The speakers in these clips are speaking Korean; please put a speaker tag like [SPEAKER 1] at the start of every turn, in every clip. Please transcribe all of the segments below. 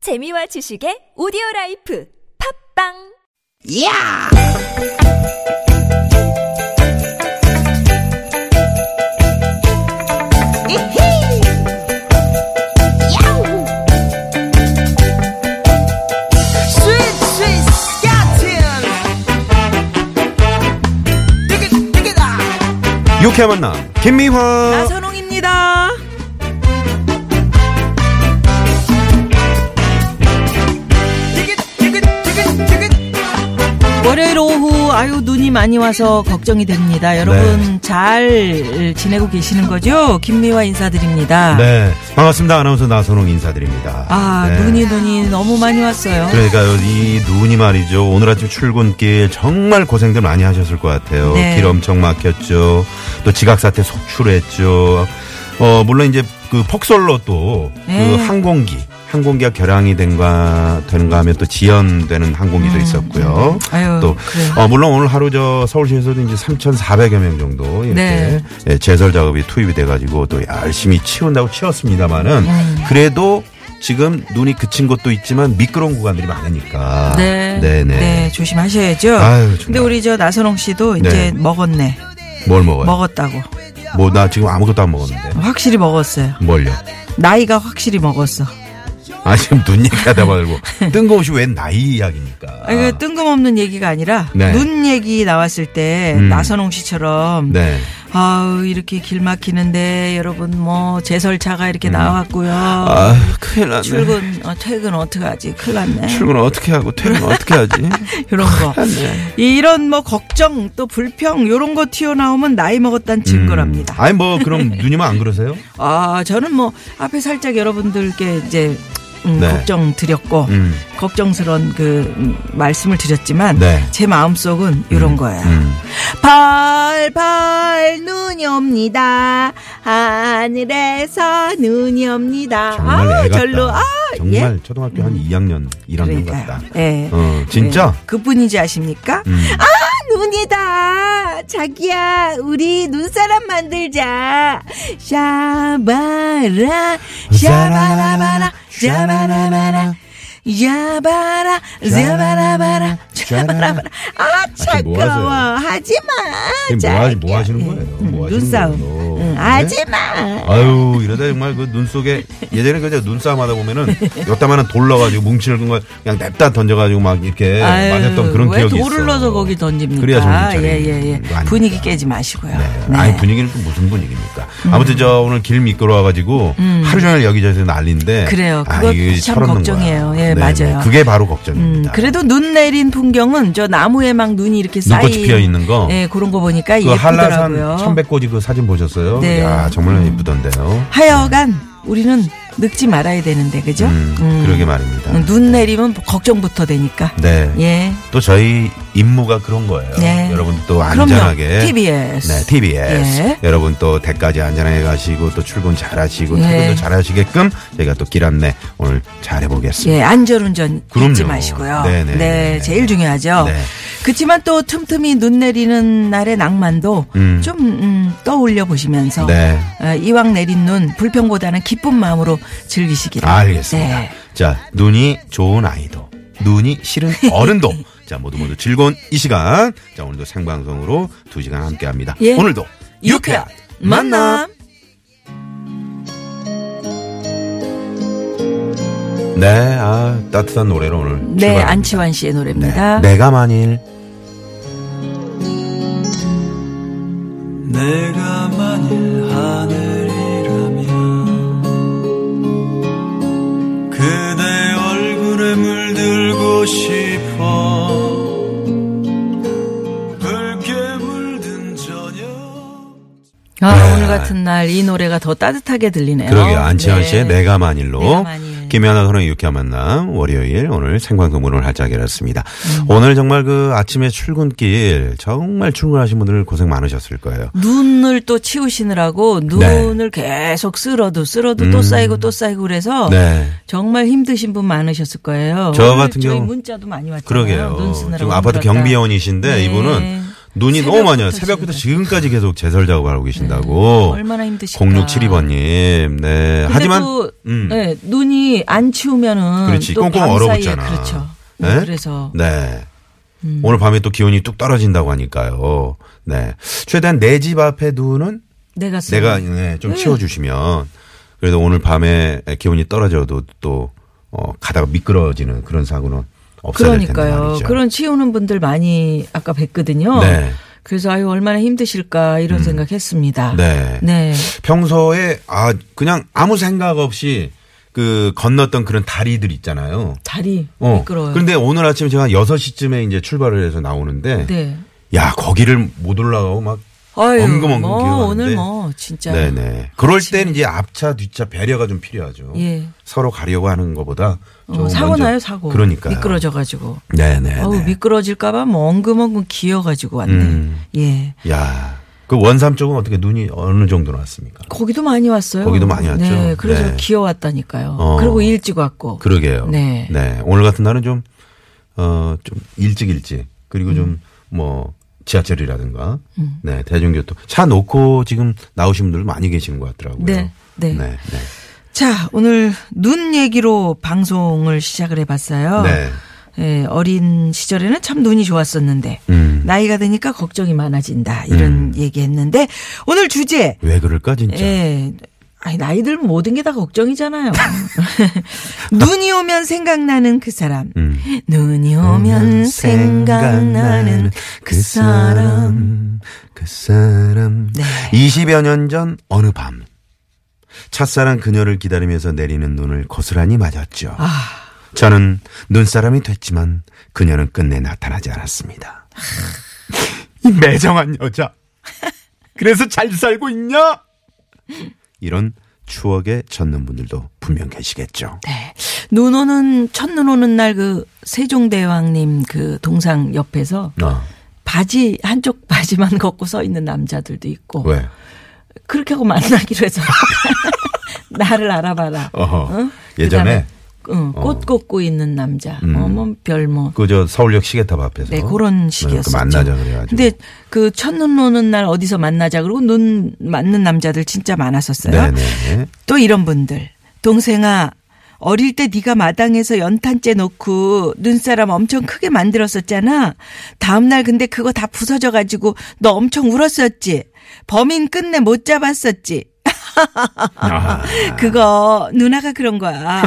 [SPEAKER 1] 재미와 지식의 오디오 라이프 팝빵
[SPEAKER 2] 야! 이히! 야우! 스윗, 스윗, 스캇틴! 띠깃, 띠깃아!
[SPEAKER 3] 유쾌한 만남 김미화
[SPEAKER 4] 아, 나선홍입니다.
[SPEAKER 2] 띠깃, 띠깃, 띠깃, 띠깃!
[SPEAKER 4] 월요일 오후 아유 눈이 많이 와서 걱정이 됩니다.
[SPEAKER 3] 네.
[SPEAKER 4] 여러분 잘 지내고 계시는 거죠? 김미화 인사드립니다.
[SPEAKER 3] 네 반갑습니다 아나운서 나선홍 인사드립니다
[SPEAKER 4] 아
[SPEAKER 3] 네.
[SPEAKER 4] 눈이 눈이 너무 많이 왔어요.
[SPEAKER 3] 그러니까요 이 눈이 말이죠 오늘 아침 출근길 정말 고생들 많이 하셨을 것 같아요
[SPEAKER 4] 네.
[SPEAKER 3] 길 엄청 막혔죠 또 지각사태 속출했죠 어 물론 이제 그 폭설로 또 그
[SPEAKER 4] 네.
[SPEAKER 3] 항공기 항공기가 결항이 된가 되는가 하면 또 지연되는
[SPEAKER 4] 음,
[SPEAKER 3] 항공기도 있었고요.
[SPEAKER 4] 아유,
[SPEAKER 3] 또
[SPEAKER 4] 그래요.
[SPEAKER 3] 어, 물론 오늘 하루 저 서울시에서도 이제 3,400여 명 정도 이렇게
[SPEAKER 4] 네.
[SPEAKER 3] 예, 제설 작업이 투입이 돼가지고 또 열심히 치운다고 치웠습니다만은 그래도 지금 눈이 그친 곳도 있지만 미끄러운 구간들이 많으니까.
[SPEAKER 4] 네.
[SPEAKER 3] 아, 네네.
[SPEAKER 4] 네, 조심하셔야죠.
[SPEAKER 3] 아유, 정말.
[SPEAKER 4] 근데 우리 저 나선홍 씨도 이제
[SPEAKER 3] 네.
[SPEAKER 4] 먹었네.
[SPEAKER 3] 뭘 먹어요?
[SPEAKER 4] 먹었다고.
[SPEAKER 3] 뭐 나 지금 아무것도 안 먹었는데.
[SPEAKER 4] 확실히 먹었어요.
[SPEAKER 3] 뭘요?
[SPEAKER 4] 나이가 확실히 먹었어.
[SPEAKER 3] 아 지금 눈 얘기하다 말고 뜬금없이 웬 나이 이야기입니까?
[SPEAKER 4] 아, 이거 뜬금없는 얘기가 아니라
[SPEAKER 3] 네.
[SPEAKER 4] 눈 얘기 나왔을 때
[SPEAKER 3] 음.
[SPEAKER 4] 나선홍 씨처럼
[SPEAKER 3] 네.
[SPEAKER 4] 아우 이렇게 길 막히는데 여러분 뭐 제설차가 이렇게 나왔고요.
[SPEAKER 3] 음. 아 큰일 났네.
[SPEAKER 4] 출근 어, 퇴근 어떡하지? 큰일 났네.
[SPEAKER 3] 출근은 어떻게 하고 퇴근 은 어떻게 하지? 네.
[SPEAKER 4] 이런 거.
[SPEAKER 3] 음.
[SPEAKER 4] 이런 뭐 걱정 또 불평 요런 거 튀어나오면 나이
[SPEAKER 3] 음.
[SPEAKER 4] 먹었다는 증거랍니다.
[SPEAKER 3] 아니 뭐 그럼 누님은 안 그러세요?
[SPEAKER 4] 아, 저는 뭐 앞에 살짝 여러분들께 이제 음,
[SPEAKER 3] 네.
[SPEAKER 4] 걱정 드렸고
[SPEAKER 3] 음.
[SPEAKER 4] 걱정스런 그 음, 말씀을 드렸지만
[SPEAKER 3] 네.
[SPEAKER 4] 제 마음속은 이런 거예요.
[SPEAKER 3] 음.
[SPEAKER 4] 벌벌 눈이 옵니다. 하늘에서 눈이 옵니다.
[SPEAKER 3] 정말
[SPEAKER 4] 아우,
[SPEAKER 3] 애 같다.
[SPEAKER 4] 절로 아 음.
[SPEAKER 3] 정말 초등학교 한 2학년, 1학년 같다.
[SPEAKER 4] 그러니까요. 예.
[SPEAKER 3] 어, 진짜?
[SPEAKER 5] 네.
[SPEAKER 4] 예. 그뿐이지 아십니까?
[SPEAKER 3] 음.
[SPEAKER 5] 눈이다. 자기야, 우리 눈사람 만들자. 샤바라, 샤바라바라, 샤바라바라. 야바라, 자바라바라, 자바라바라. 아,
[SPEAKER 3] 지금 뭐 하세요?
[SPEAKER 5] 차가워.
[SPEAKER 4] 예.
[SPEAKER 5] 하지마.
[SPEAKER 3] 지금 뭐, 하, 뭐 하시는 거예요? 뭐 하시는
[SPEAKER 4] 음, 눈싸움. 음,
[SPEAKER 3] 거예요? 네?
[SPEAKER 5] 하지마.
[SPEAKER 3] 아유, 이러다 정말 그 눈 속에 예전에 그냥 눈싸움 하다 보면은 요따만한 돌러가지고 뭉치는 걸 그냥 냅다 던져가지고 막 이렇게
[SPEAKER 4] 아유,
[SPEAKER 3] 네, 맞았던 그런
[SPEAKER 4] 왜
[SPEAKER 3] 기억이 있어.
[SPEAKER 4] 돌을 넣어서 거기 던집니까?
[SPEAKER 3] 그래야 정신 차리는
[SPEAKER 4] 예, 예, 예.
[SPEAKER 3] 거 아닙니까?
[SPEAKER 4] 분위기 깨지 마시고요. 네.
[SPEAKER 3] 예.
[SPEAKER 4] 음.
[SPEAKER 3] 아니 분위기는 또 무슨 분위기입니까? 아무튼 저 오늘 길 미끄러워가지고 하루 종일 여기저기서 난리인데
[SPEAKER 4] 그래요.
[SPEAKER 3] 아,
[SPEAKER 4] 그거
[SPEAKER 3] 이게
[SPEAKER 4] 참
[SPEAKER 3] 철없는
[SPEAKER 4] 걱정이에요.
[SPEAKER 3] 거야. 네,
[SPEAKER 4] 예, 맞아요.
[SPEAKER 3] 그게 바로
[SPEAKER 4] 음,
[SPEAKER 3] 걱정입니다.
[SPEAKER 4] 그래도 눈 내린 풍경은 저 나무에 막 눈이 이렇게 쌓인
[SPEAKER 3] 눈꽃이 피어 있는 거?
[SPEAKER 4] 예, 그런 거 보니까
[SPEAKER 3] 그 한라산
[SPEAKER 4] 예쁘더라고요.
[SPEAKER 3] 천백고지 그 사진 보셨어요?
[SPEAKER 4] 네.
[SPEAKER 3] 야 정말 예쁘던데요.
[SPEAKER 4] 하여간 우리는 늙지 말아야 되는데 그죠?
[SPEAKER 3] 음,
[SPEAKER 4] 음.
[SPEAKER 3] 그러게 말입니다.
[SPEAKER 4] 눈 내리면 걱정부터 되니까.
[SPEAKER 3] 네.
[SPEAKER 4] 예.
[SPEAKER 3] 또 저희 임무가 그런 거예요.
[SPEAKER 4] 네.
[SPEAKER 3] 여러분 또
[SPEAKER 4] 그럼요.
[SPEAKER 3] 안전하게
[SPEAKER 4] TBS.
[SPEAKER 3] 네, TBS.
[SPEAKER 4] 예.
[SPEAKER 3] 여러분 또 대까지 안전하게 가시고 또 출근 잘하시고
[SPEAKER 4] 예.
[SPEAKER 3] 퇴근도 잘하시게끔 저희가 또 길 안내 오늘 잘해보겠습니다.
[SPEAKER 4] 예, 안전운전
[SPEAKER 3] 그럼요.
[SPEAKER 4] 잊지 마시고요.
[SPEAKER 3] 네네.
[SPEAKER 4] 네, 제일 중요하죠.
[SPEAKER 3] 네.
[SPEAKER 4] 그렇지만 또 틈틈이 눈 내리는 날의 낭만도
[SPEAKER 3] 음.
[SPEAKER 4] 좀 음, 떠올려 보시면서
[SPEAKER 3] 네.
[SPEAKER 4] 어, 이왕 내린 눈 불평보다는 기쁜 마음으로 즐기시기를.
[SPEAKER 3] 아, 알겠습니다.
[SPEAKER 4] 네.
[SPEAKER 3] 자, 눈이 좋은 아이도, 눈이 싫은 어른도. 자, 모두 모두 즐거운 이 시간. 자, 오늘도 생방송으로 두 시간 함께 합니다.
[SPEAKER 4] 예.
[SPEAKER 3] 오늘도
[SPEAKER 4] 유쾌한
[SPEAKER 3] 유쾌한
[SPEAKER 4] 만남.
[SPEAKER 3] 네, 아, 따뜻한 노래로 오늘.
[SPEAKER 4] 네,
[SPEAKER 3] 출발합니다.
[SPEAKER 4] 안치환 씨의
[SPEAKER 3] 네,
[SPEAKER 4] 노래입니다.
[SPEAKER 3] 내가 만일
[SPEAKER 6] 내가 만일 하늘이라면 그대 얼굴에 물들고 싶어 붉게 물든 저녁
[SPEAKER 4] 아, 오늘 같은 날 이 노래가 더 따뜻하게 들리네요.
[SPEAKER 3] 네. 그러게요. 안치환
[SPEAKER 4] 네.
[SPEAKER 3] 씨의 내가 만일로.
[SPEAKER 4] 내가 만일.
[SPEAKER 3] 김연아 선의 유쾌한 만남 월요일 오늘 생방송문을 활짝 열었습니다.
[SPEAKER 4] 음.
[SPEAKER 3] 오늘 정말 그 아침에 출근길 정말 출근하신 분들 고생 많으셨을 거예요.
[SPEAKER 4] 눈을 또 치우시느라고
[SPEAKER 3] 네.
[SPEAKER 4] 눈을 계속 쓸어도 쓸어도 또 쌓이고 또 쌓이고 그래서
[SPEAKER 3] 음. 네.
[SPEAKER 4] 정말 힘드신 분 많으셨을 거예요.
[SPEAKER 3] 저
[SPEAKER 4] 오늘
[SPEAKER 3] 같은
[SPEAKER 4] 저희
[SPEAKER 3] 경우-
[SPEAKER 4] 문자도 많이 왔잖아요.
[SPEAKER 3] 그러게요.
[SPEAKER 4] 눈 쓰느라고
[SPEAKER 3] 지금 아파트
[SPEAKER 4] 힘들었다.
[SPEAKER 3] 경비원이신데
[SPEAKER 4] 네.
[SPEAKER 3] 이분은 눈이 너무 많이 와요. 새벽부터
[SPEAKER 4] 새벽부터
[SPEAKER 3] 지금까지 계속 제설 작업을 하고 계신다고.
[SPEAKER 4] 네. 얼마나 힘드실까.
[SPEAKER 3] 0672번님. 네. 하지만.
[SPEAKER 4] 또,
[SPEAKER 3] 음.
[SPEAKER 4] 네, 눈이 안 치우면은
[SPEAKER 3] 그렇지.
[SPEAKER 4] 또
[SPEAKER 3] 꽁꽁
[SPEAKER 4] 밤 사이에
[SPEAKER 3] 얼어붙잖아.
[SPEAKER 4] 그렇죠.
[SPEAKER 3] 네?
[SPEAKER 4] 그래서 음.
[SPEAKER 3] 네. 오늘 밤에 또 기온이 뚝 떨어진다고 하니까요. 네. 최대한 내 집 앞에 두는
[SPEAKER 4] 내가 쓰
[SPEAKER 3] 내가 네, 좀 치워주시면 그래도 오늘 밤에 기온이 떨어져도 또 어, 가다가 미끄러지는 그런 사고는 없어야 될 텐데
[SPEAKER 4] 그러니까요.
[SPEAKER 3] 말이죠.
[SPEAKER 4] 그런 치우는 분들 많이 아까 뵀거든요.
[SPEAKER 3] 네. 음.
[SPEAKER 4] 그래서 아유 얼마나 힘드실까 이런 생각했습니다.
[SPEAKER 3] 네.
[SPEAKER 4] 네.
[SPEAKER 3] 평소에 아 그냥 아무 생각 없이 그 건넜던 그런 다리들 있잖아요.
[SPEAKER 4] 다리
[SPEAKER 3] 어.
[SPEAKER 4] 미끄러워요.
[SPEAKER 3] 그런데 오늘 아침 제가 6시쯤에 이제 출발을 해서 나오는데
[SPEAKER 4] 네.
[SPEAKER 3] 야, 거기를 못 올라가고 막
[SPEAKER 4] 아유,
[SPEAKER 3] 엉금엉금
[SPEAKER 4] 뭐
[SPEAKER 3] 기어가는데.
[SPEAKER 4] 오늘 뭐 진짜
[SPEAKER 3] 네네. 그럴 땐 이제 앞차 뒤차 배려가 좀 필요하죠.
[SPEAKER 4] 예.
[SPEAKER 3] 서로 가려고 하는 것보다
[SPEAKER 4] 어,
[SPEAKER 3] 좀
[SPEAKER 4] 사고
[SPEAKER 3] 먼저-
[SPEAKER 4] 나요 사고.
[SPEAKER 3] 그러니까
[SPEAKER 4] 미끄러져가지고.
[SPEAKER 3] 네네.
[SPEAKER 4] 어우 미끄러질까봐 뭐 엉금엉금 기어가지고 왔네.
[SPEAKER 3] 음.
[SPEAKER 4] 예.
[SPEAKER 3] 야, 그 원삼 쪽은 어떻게 눈이 어느 정도 났습니까?
[SPEAKER 4] 거기도 많이 왔어요.
[SPEAKER 3] 거기도 많이 왔죠.
[SPEAKER 4] 네, 그래서
[SPEAKER 3] 네.
[SPEAKER 4] 기어왔다니까요.
[SPEAKER 3] 어.
[SPEAKER 4] 그리고 일찍 왔고.
[SPEAKER 3] 그러게요.
[SPEAKER 4] 네.
[SPEAKER 3] 오늘 같은 날은 좀, 어, 좀 일찍 일찍. 그리고
[SPEAKER 4] 음.
[SPEAKER 3] 좀 뭐 지하철이라든가. 네. 대중교통. 차 놓고 지금 나오신 분들 많이 계시는 것 같더라고요.
[SPEAKER 4] 네, 네.
[SPEAKER 3] 네.
[SPEAKER 4] 자, 오늘 눈 얘기로 방송을 시작을 해봤어요.
[SPEAKER 3] 네.
[SPEAKER 4] 예, 어린 시절에는 참 눈이 좋았었는데
[SPEAKER 3] 음.
[SPEAKER 4] 나이가 드니까 걱정이 많아진다 이런 얘기했는데 오늘 주제
[SPEAKER 3] 왜 그럴까, 진짜?
[SPEAKER 4] 예. 아니 나이 들면 모든 게 다 걱정이잖아요. 눈이 오면 생각나는 그 사람.
[SPEAKER 3] 음.
[SPEAKER 4] 눈이 오면 생각나는 그 사람. 네.
[SPEAKER 3] 그 사람. 20여 년 전 어느 밤. 첫사랑 그녀를 기다리면서 내리는 눈을 고스란히 맞았죠.
[SPEAKER 4] 아.
[SPEAKER 3] 저는 눈사람이 됐지만 그녀는 끝내 나타나지 않았습니다. 이 매정한 여자. 그래서 잘 살고 있냐? 이런 추억에 젖는 분들도 분명 계시겠죠.
[SPEAKER 4] 네. 눈 오는 첫눈 오는 날 그 세종대왕님 그 동상 옆에서
[SPEAKER 3] 아,
[SPEAKER 4] 바지 한쪽 바지만 걷고 서 있는 남자들도 있고
[SPEAKER 3] 왜?
[SPEAKER 4] 그렇게 하고 만나기로 해서 나를 알아봐라.
[SPEAKER 3] 어허.
[SPEAKER 4] 응?
[SPEAKER 3] 예전에 어.
[SPEAKER 4] 그다음에, 응, 꽃 꽂고 있는 남자. 어머 별뭐.
[SPEAKER 3] 그 저 서울역 시계탑 앞에서
[SPEAKER 4] 네, 그런
[SPEAKER 3] 그
[SPEAKER 4] 식이었죠.
[SPEAKER 3] 만나자 그래가지고.
[SPEAKER 4] 근데 그 첫눈 오는 날 어디서 만나자 그러고 눈 맞는 남자들 진짜 많았었어요.
[SPEAKER 3] 네네.
[SPEAKER 4] 또 이런 분들. 동생아, 어릴 때 네가 마당에서 연탄재 놓고 눈사람 엄청 크게 만들었었잖아. 다음 날 근데 그거 다 부서져 가지고 너 엄청 울었었지. 범인 끝내 못 잡았었지.
[SPEAKER 3] 아.
[SPEAKER 4] 그거 누나가 그런 거야.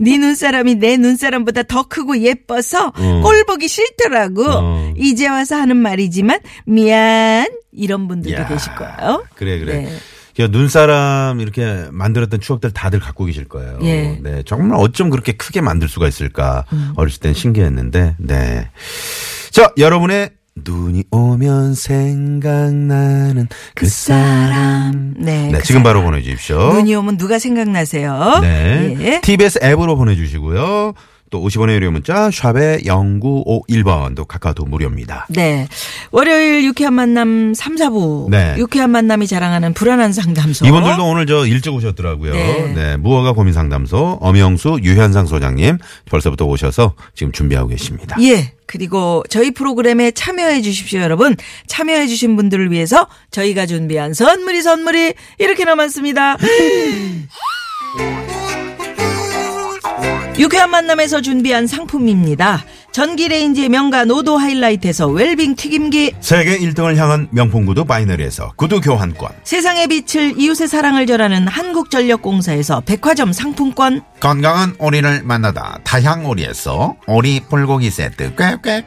[SPEAKER 4] 네 눈사람이 내 눈사람보다 더 크고 예뻐서
[SPEAKER 3] 어.
[SPEAKER 4] 꼴 보기 싫더라고.
[SPEAKER 3] 어.
[SPEAKER 4] 이제 와서 하는 말이지만 미안 이런 분들도
[SPEAKER 3] 야,
[SPEAKER 4] 계실 거예요.
[SPEAKER 3] 그래 그래.
[SPEAKER 4] 네.
[SPEAKER 3] 그 눈사람 이렇게 만들었던 추억들 다들 갖고 계실 거예요.
[SPEAKER 4] 예. 음.
[SPEAKER 3] 네, 정말 어쩜 그렇게 크게 만들 수가 있을까 어렸을 땐 신기했는데. 네. 자, 여러분의 눈이 오면 생각나는 그 사람.
[SPEAKER 4] 네.
[SPEAKER 3] 네,
[SPEAKER 4] 그
[SPEAKER 3] 지금 바로 보내주십시오.
[SPEAKER 4] 눈이 오면 누가 생각나세요?
[SPEAKER 3] 어? 네.
[SPEAKER 4] 예.
[SPEAKER 3] TBS 앱으로 보내주시고요. 또 50원의 유료 문자 샵에 0951번도 카카오톡 무료입니다.
[SPEAKER 4] 네. 월요일 유쾌한 만남 3, 4부.
[SPEAKER 3] 네.
[SPEAKER 4] 유쾌한 만남이 자랑하는 불안한 상담소.
[SPEAKER 3] 이분들도 오늘 저 일찍 오셨더라고요.
[SPEAKER 4] 그렇죠. 네.
[SPEAKER 3] 네. 무허가 고민 상담소 엄영수 유현상 소장님 벌써부터 오셔서 지금 준비하고 계십니다.
[SPEAKER 4] 예. 그리고 저희 프로그램에 참여해 주십시오, 여러분. 참여해 주신 분들을 위해서 저희가 준비한 선물이 선물이 이렇게 남았습니다. 유쾌한 만남에서 준비한 상품입니다. 전기레인지의 명가 노도 하이라이트에서 웰빙 튀김기
[SPEAKER 3] 세계 1등을 향한 명품 구두 바이너리에서 구두 교환권,
[SPEAKER 4] 세상의 빛을 이웃의 사랑을 전하는 한국전력공사에서 백화점 상품권
[SPEAKER 3] 건강한 오리를 만나다 다향 오리에서 오리 불고기 세트 꽥꽥,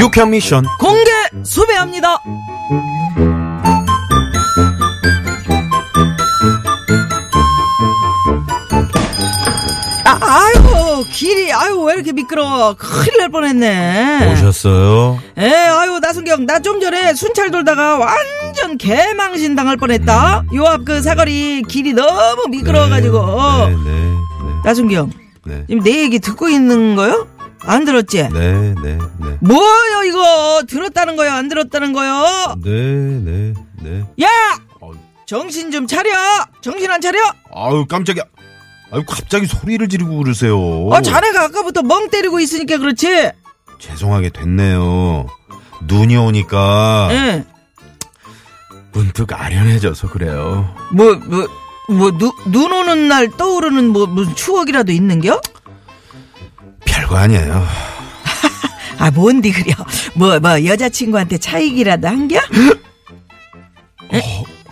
[SPEAKER 3] 유쾌한 미션
[SPEAKER 4] 공개 수배합니다 아, 아유 길이 아유 왜 이렇게 미끄러워 큰일 날 뻔했네
[SPEAKER 3] 오셨어요.
[SPEAKER 4] 에 아유 나순경 나 좀 전에 순찰 돌다가 완전 개망신 당할 뻔했다 요 앞 그 사거리 길이 너무 미끄러워가지고
[SPEAKER 3] 네, 네,
[SPEAKER 4] 나순경
[SPEAKER 3] 네,
[SPEAKER 4] 지금 내 얘기 듣고 있는 거요? 안 들었지?
[SPEAKER 3] 네, 네, 네, 네,
[SPEAKER 4] 뭐요 이거 들었다는 거요 안 들었다는 거요
[SPEAKER 3] 네, 네, 네.
[SPEAKER 4] 야 정신 좀 차려 정신 안 차려
[SPEAKER 3] 아유 깜짝이야. 아유 갑자기 소리를 지르고 그러세요.
[SPEAKER 4] 아 자네가 아까부터 멍 때리고 있으니까 그렇지
[SPEAKER 3] 죄송하게 됐네요. 눈이 오니까
[SPEAKER 4] 예.
[SPEAKER 3] 문득 아련해져서 그래요.
[SPEAKER 4] 뭐, 예뭐뭐뭐눈 오는 날 떠오르는 뭐 무슨 추억이라도 있는겨?
[SPEAKER 3] 별거 아니에요.
[SPEAKER 4] 아 뭔디 그려 뭐 뭐 여자친구한테 차이기라도 한겨? 에?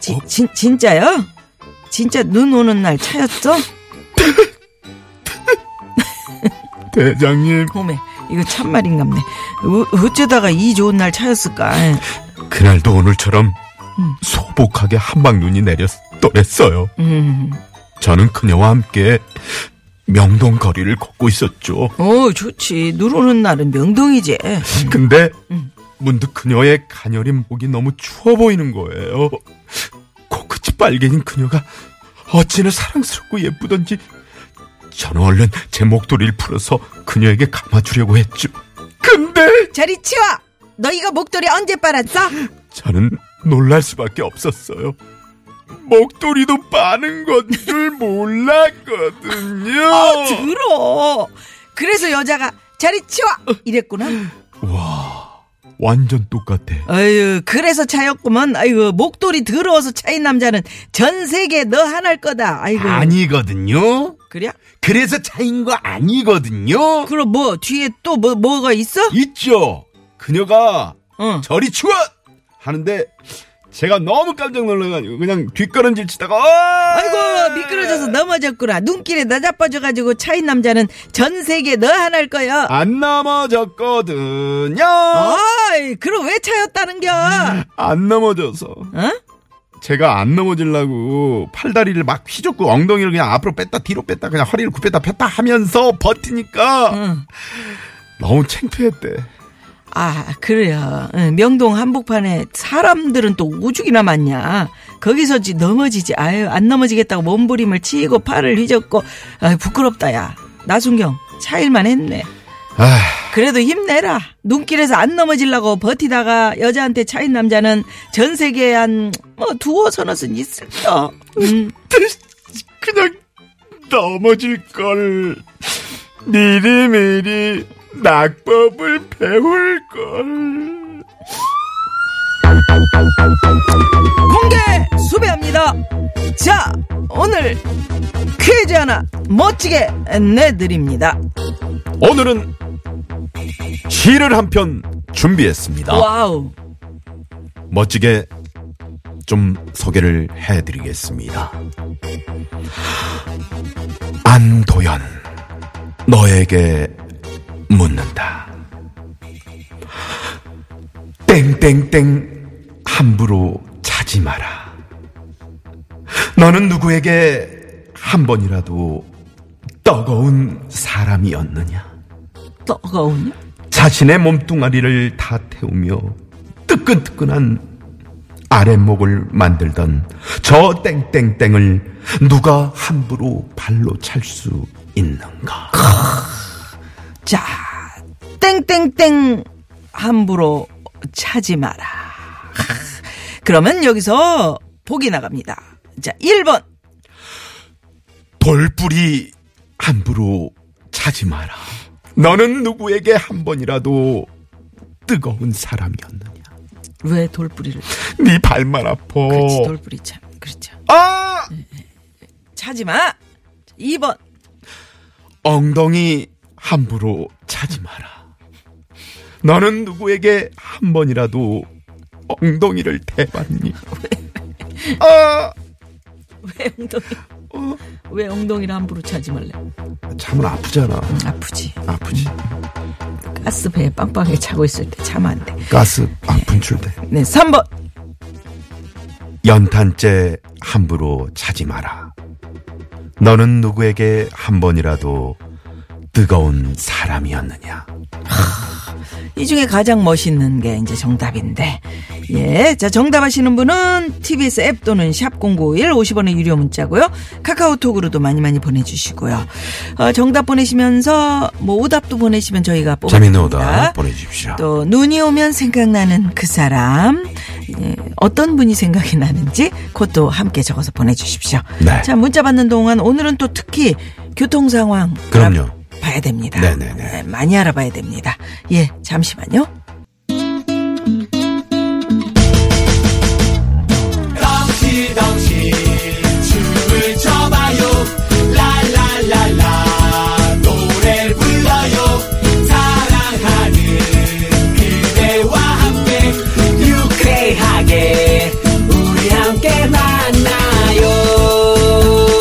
[SPEAKER 4] 지, 진, 진짜요? 진짜 눈 오는 날 차였어?
[SPEAKER 3] 대장님.
[SPEAKER 4] 어메 이거 참말인갑네 어, 어쩌다가 이 좋은 날 차였을까 예. 에.
[SPEAKER 3] 그날도 오늘처럼 소복하게 한방 눈이 내렸더랬어요.
[SPEAKER 4] 음.
[SPEAKER 3] 저는 그녀와 함께 명동 거리를 걷고 있었죠.
[SPEAKER 4] 오 어, 좋지 눈 오는 날은 명동이지
[SPEAKER 3] 근데 문득 그녀의 가녀린 목이 너무 추워 보이는 거예요. 코끝이 빨개진 그녀가 어찌나 사랑스럽고 예쁘던지 저는 얼른 제 목도리를 풀어서 그녀에게 감아주려고 했죠. 근데
[SPEAKER 4] 저리 치워 너 이거 목도리 언제 빨았어?
[SPEAKER 3] 저는 놀랄 수밖에 없었어요. 목도리도 빠는 건 줄 몰랐거든요.
[SPEAKER 4] 아 들어 그래서 여자가 저리 치워 이랬구나
[SPEAKER 3] 와, 완전 똑같아.
[SPEAKER 4] 아유, 그래서 차였구만. 아이고, 목도리 더러워서 차인 남자는 전 세계 너 하나일 거다. 아이고.
[SPEAKER 3] 아니거든요.
[SPEAKER 4] 그래?
[SPEAKER 3] 그래서 차인 거 아니거든요.
[SPEAKER 4] 그럼 뭐, 뒤에 또 뭐, 뭐가 있어? 어.
[SPEAKER 3] 있죠. 그녀가
[SPEAKER 4] 응.
[SPEAKER 3] 저리 추워 하는데 제가 너무 깜짝 놀라가지고 그냥 뒷걸음질 치다가 어!
[SPEAKER 4] 아이고, 미끄러져서 넘어졌구나. 눈길에 나자빠져가지고 차인 남자는 전 세계 너 하나일 거야.
[SPEAKER 3] 안 넘어졌거든요.
[SPEAKER 4] 어이, 그럼 왜 차였다는 겨?
[SPEAKER 3] 안 넘어져서
[SPEAKER 4] 어?
[SPEAKER 3] 제가 안 넘어지려고 팔다리를 막 휘젓고 엉덩이를 그냥 앞으로 뺐다 뒤로 뺐다 그냥 허리를 굽혔다 폈다 하면서 버티니까
[SPEAKER 4] 응.
[SPEAKER 3] 너무 창피했대.
[SPEAKER 4] 아, 그래요. 응, 명동 한복판에 사람들은 또 오죽이나 많냐. 거기서지 넘어지지. 아유, 안 넘어지겠다고 몸부림을 치고 팔을 휘젓고, 아유, 부끄럽다, 야. 나순경, 차일만 했네. 그래도 힘내라. 눈길에서 안 넘어지려고 버티다가 여자한테 차인 남자는 전 세계에 한, 뭐, 두어 서너은 있을 거. 음.
[SPEAKER 3] 그냥 넘어질 걸 미리미리 낙법을 배울 걸.
[SPEAKER 4] 공개 수배합니다. 자, 오늘 퀴즈 하나 멋지게 내드립니다.
[SPEAKER 3] 오늘은 시를 한 편 준비했습니다.
[SPEAKER 4] 와우.
[SPEAKER 3] 멋지게 좀 소개를 해드리겠습니다. 안도연, 너에게 묻는다. 땡땡땡 함부로 차지 마라. 너는 누구에게 한 번이라도 뜨거운 사람이었느냐?
[SPEAKER 4] 뜨거우냐?
[SPEAKER 3] 자신의 몸뚱아리를 다 태우며 뜨끈뜨끈한 아랫목을 만들던 저 땡땡땡을 누가 함부로 발로 찰 수 있는가? 그
[SPEAKER 4] 자, 땡땡땡 함부로 차지 마라. 그러면 여기서 보기 나갑니다. 자, 1번.
[SPEAKER 3] 돌뿌리 함부로 차지 마라. 너는 누구에게 한 번이라도 뜨거운 사람이었느냐?
[SPEAKER 4] 왜 돌부리를?
[SPEAKER 3] 네 발만 아파.
[SPEAKER 4] 그렇지 돌부리 참 그렇죠. 네.
[SPEAKER 3] 아!
[SPEAKER 4] 차지 마. 2번
[SPEAKER 3] 엉덩이 함부로 차지 마라. 너는 누구에게 한 번이라도 엉덩이를 대봤니? 아!
[SPEAKER 4] 왜 엉덩이? 왜 엉덩이를 함부로 차지 말래?
[SPEAKER 3] 참은 아프잖아.
[SPEAKER 4] 아프지.
[SPEAKER 3] 아프지.
[SPEAKER 4] 가스 배에 빵빵하게 차고 있을 때 차면 안 돼.
[SPEAKER 3] 가스 안 분출돼.
[SPEAKER 4] 네, 3번.
[SPEAKER 3] 연탄재 함부로 차지 마라. 너는 누구에게 한 번이라도 뜨거운 사람이었느냐?
[SPEAKER 4] 이 중에 가장 멋있는 게 이제 정답인데. 예. 자, 정답 하시는 분은 TBS 앱 또는 샵0951 50원의 유료 문자고요. 카카오톡으로도 많이 많이 보내주시고요. 어, 정답 보내시면서 뭐 오답도 보내시면 저희가 뽑아드립
[SPEAKER 3] 재밌는 오다 보내주십시오.
[SPEAKER 4] 또 눈이 오면 생각나는 그 사람 예, 어떤 분이 생각이 나는지 그것도 함께 적어서 보내주십시오.
[SPEAKER 3] 네.
[SPEAKER 4] 자 문자 받는 동안 오늘은 또 특히 교통 상황
[SPEAKER 3] 그럼요.
[SPEAKER 4] 봐야 됩니다.
[SPEAKER 3] 네네네.
[SPEAKER 4] 네, 많이 알아봐야 됩니다. 예 잠시만요.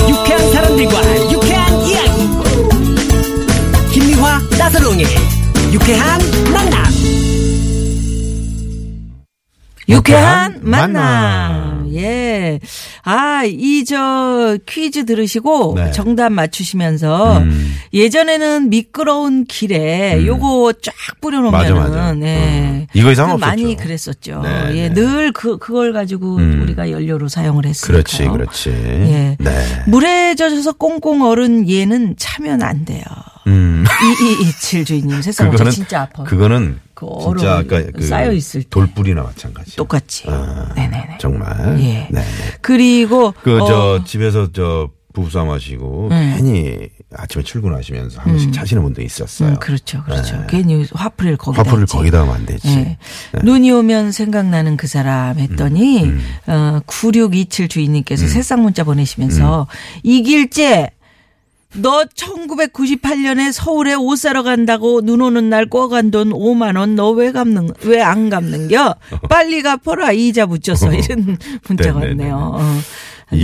[SPEAKER 7] 유쾌한 사람들과 유쾌한 이야기 김미화 나서롱의 유쾌한 만남
[SPEAKER 4] 유쾌한
[SPEAKER 3] 만남.
[SPEAKER 4] 만남. 예. 아, 이 저 퀴즈 들으시고
[SPEAKER 3] 네.
[SPEAKER 4] 정답 맞추시면서
[SPEAKER 3] 음.
[SPEAKER 4] 예전에는 미끄러운 길에 요거 쫙 뿌려놓으면은
[SPEAKER 3] 맞아, 맞아.
[SPEAKER 4] 예.
[SPEAKER 3] 음. 이거 이상
[SPEAKER 4] 그 많이
[SPEAKER 3] 없었죠.
[SPEAKER 4] 그랬었죠.
[SPEAKER 3] 네,
[SPEAKER 4] 예,
[SPEAKER 3] 네.
[SPEAKER 4] 늘 그, 그걸 가지고
[SPEAKER 3] 음.
[SPEAKER 4] 우리가 연료로 사용을 했으니까.
[SPEAKER 3] 그렇지, 그렇지.
[SPEAKER 4] 그렇죠. 예.
[SPEAKER 3] 네.
[SPEAKER 4] 물에 젖어서 꽁꽁 얼은 얘는 차면 안 돼요.
[SPEAKER 3] 음.
[SPEAKER 4] 2227 주인님 세상 어제 진짜 아파요.
[SPEAKER 3] 그거는
[SPEAKER 4] 그 얼음이
[SPEAKER 3] 진짜 아까 그
[SPEAKER 4] 쌓여 있을 때.
[SPEAKER 3] 돌불이나 마찬가지.
[SPEAKER 4] 똑같이.
[SPEAKER 3] 아,
[SPEAKER 4] 네네네.
[SPEAKER 3] 정말.
[SPEAKER 4] 예.
[SPEAKER 3] 네.
[SPEAKER 4] 그리고
[SPEAKER 3] 그
[SPEAKER 4] 어, 음.
[SPEAKER 3] 저 집에서 저 부부싸움 하시고 괜히 아침에 출근하시면서 한 번씩 차시는 분도 있었어요. 네.
[SPEAKER 4] 음, 그렇죠, 그렇죠. 괜히 화풀이를 거기다.
[SPEAKER 3] 화풀을
[SPEAKER 4] 했지.
[SPEAKER 3] 거기다 하면 안 되지. 네.
[SPEAKER 4] 예. 눈이 오면 생각나는 그 사람 했더니
[SPEAKER 3] 음,
[SPEAKER 4] 어, 9627 주인님께서 새싹 문자 보내시면서
[SPEAKER 3] 음.
[SPEAKER 4] 이길재 너 1998년에 서울에 옷 사러 간다고 눈 오는 날 꼬간 돈 5만 원 너 왜 갚는 왜 안 갚는겨? 빨리 갚아라 이자 붙여서 이런 문자가
[SPEAKER 3] 네, 네, 네,
[SPEAKER 4] 왔네요.
[SPEAKER 3] 네.
[SPEAKER 4] 어, 눈이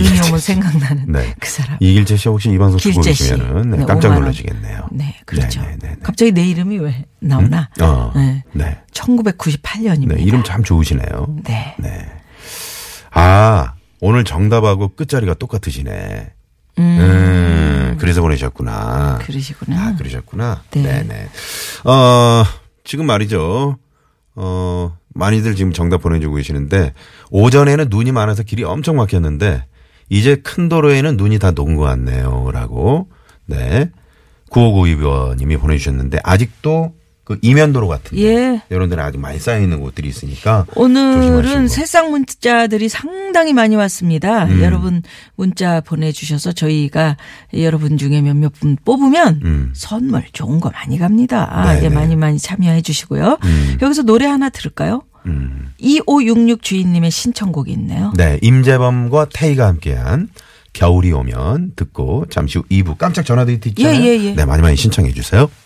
[SPEAKER 3] 이길재
[SPEAKER 4] 오면
[SPEAKER 3] 씨.
[SPEAKER 4] 생각나는
[SPEAKER 3] 네.
[SPEAKER 4] 그 사람.
[SPEAKER 3] 이길재 씨 혹시 이 방송 듣고
[SPEAKER 4] 길재 씨.
[SPEAKER 3] 계시면은
[SPEAKER 4] 네,
[SPEAKER 3] 깜짝
[SPEAKER 4] 5만 원.
[SPEAKER 3] 놀라시겠네요.
[SPEAKER 4] 네, 그렇죠.
[SPEAKER 3] 네, 네, 네, 네.
[SPEAKER 4] 갑자기 내 이름이 왜 나오나?
[SPEAKER 3] 어.
[SPEAKER 4] 네.
[SPEAKER 3] 네.
[SPEAKER 4] 1998년입니다.
[SPEAKER 3] 네, 이름 참 좋으시네요.
[SPEAKER 4] 네.
[SPEAKER 3] 네. 아, 오늘 정답하고 끝자리가 똑같으시네. 음. 그래서 보내셨구나.
[SPEAKER 4] 그렇죠. 그러시구나.
[SPEAKER 3] 아, 그러셨구나.
[SPEAKER 4] 네.
[SPEAKER 3] 네네. 어, 지금 말이죠. 어, 많이들 지금 정답 보내주고 계시는데, 오전에는 눈이 많아서 길이 엄청 막혔는데, 이제 큰 도로에는 눈이 다 녹은 것 같네요. 라고, 네. 9592번님이 보내주셨는데, 아직도 그 이면도로 같은데.
[SPEAKER 4] 예.
[SPEAKER 3] 이런 데는 아직 많이 쌓여있는 곳들이 있으니까.
[SPEAKER 4] 오늘은
[SPEAKER 3] 조심하시고. 음.
[SPEAKER 4] 새싹 문자들이 상당히 많이 왔습니다. 여러분 문자 보내주셔서 저희가 여러분 중에 몇몇 분 뽑으면 선물 좋은 거 많이 갑니다.
[SPEAKER 3] 음. 네,
[SPEAKER 4] 예,
[SPEAKER 3] 네. 음.
[SPEAKER 4] 많이 많이 참여해 주시고요. 여기서 노래 하나 들을까요? 2566 주인님의 신청곡이 있네요.
[SPEAKER 3] 네, 임재범과 태희가 함께한 겨울이 오면 듣고 잠시 후 2부 깜짝 전화데이트 있잖아요.
[SPEAKER 4] 예, 예, 예.
[SPEAKER 3] 네, 많이 많이 신청해 주세요.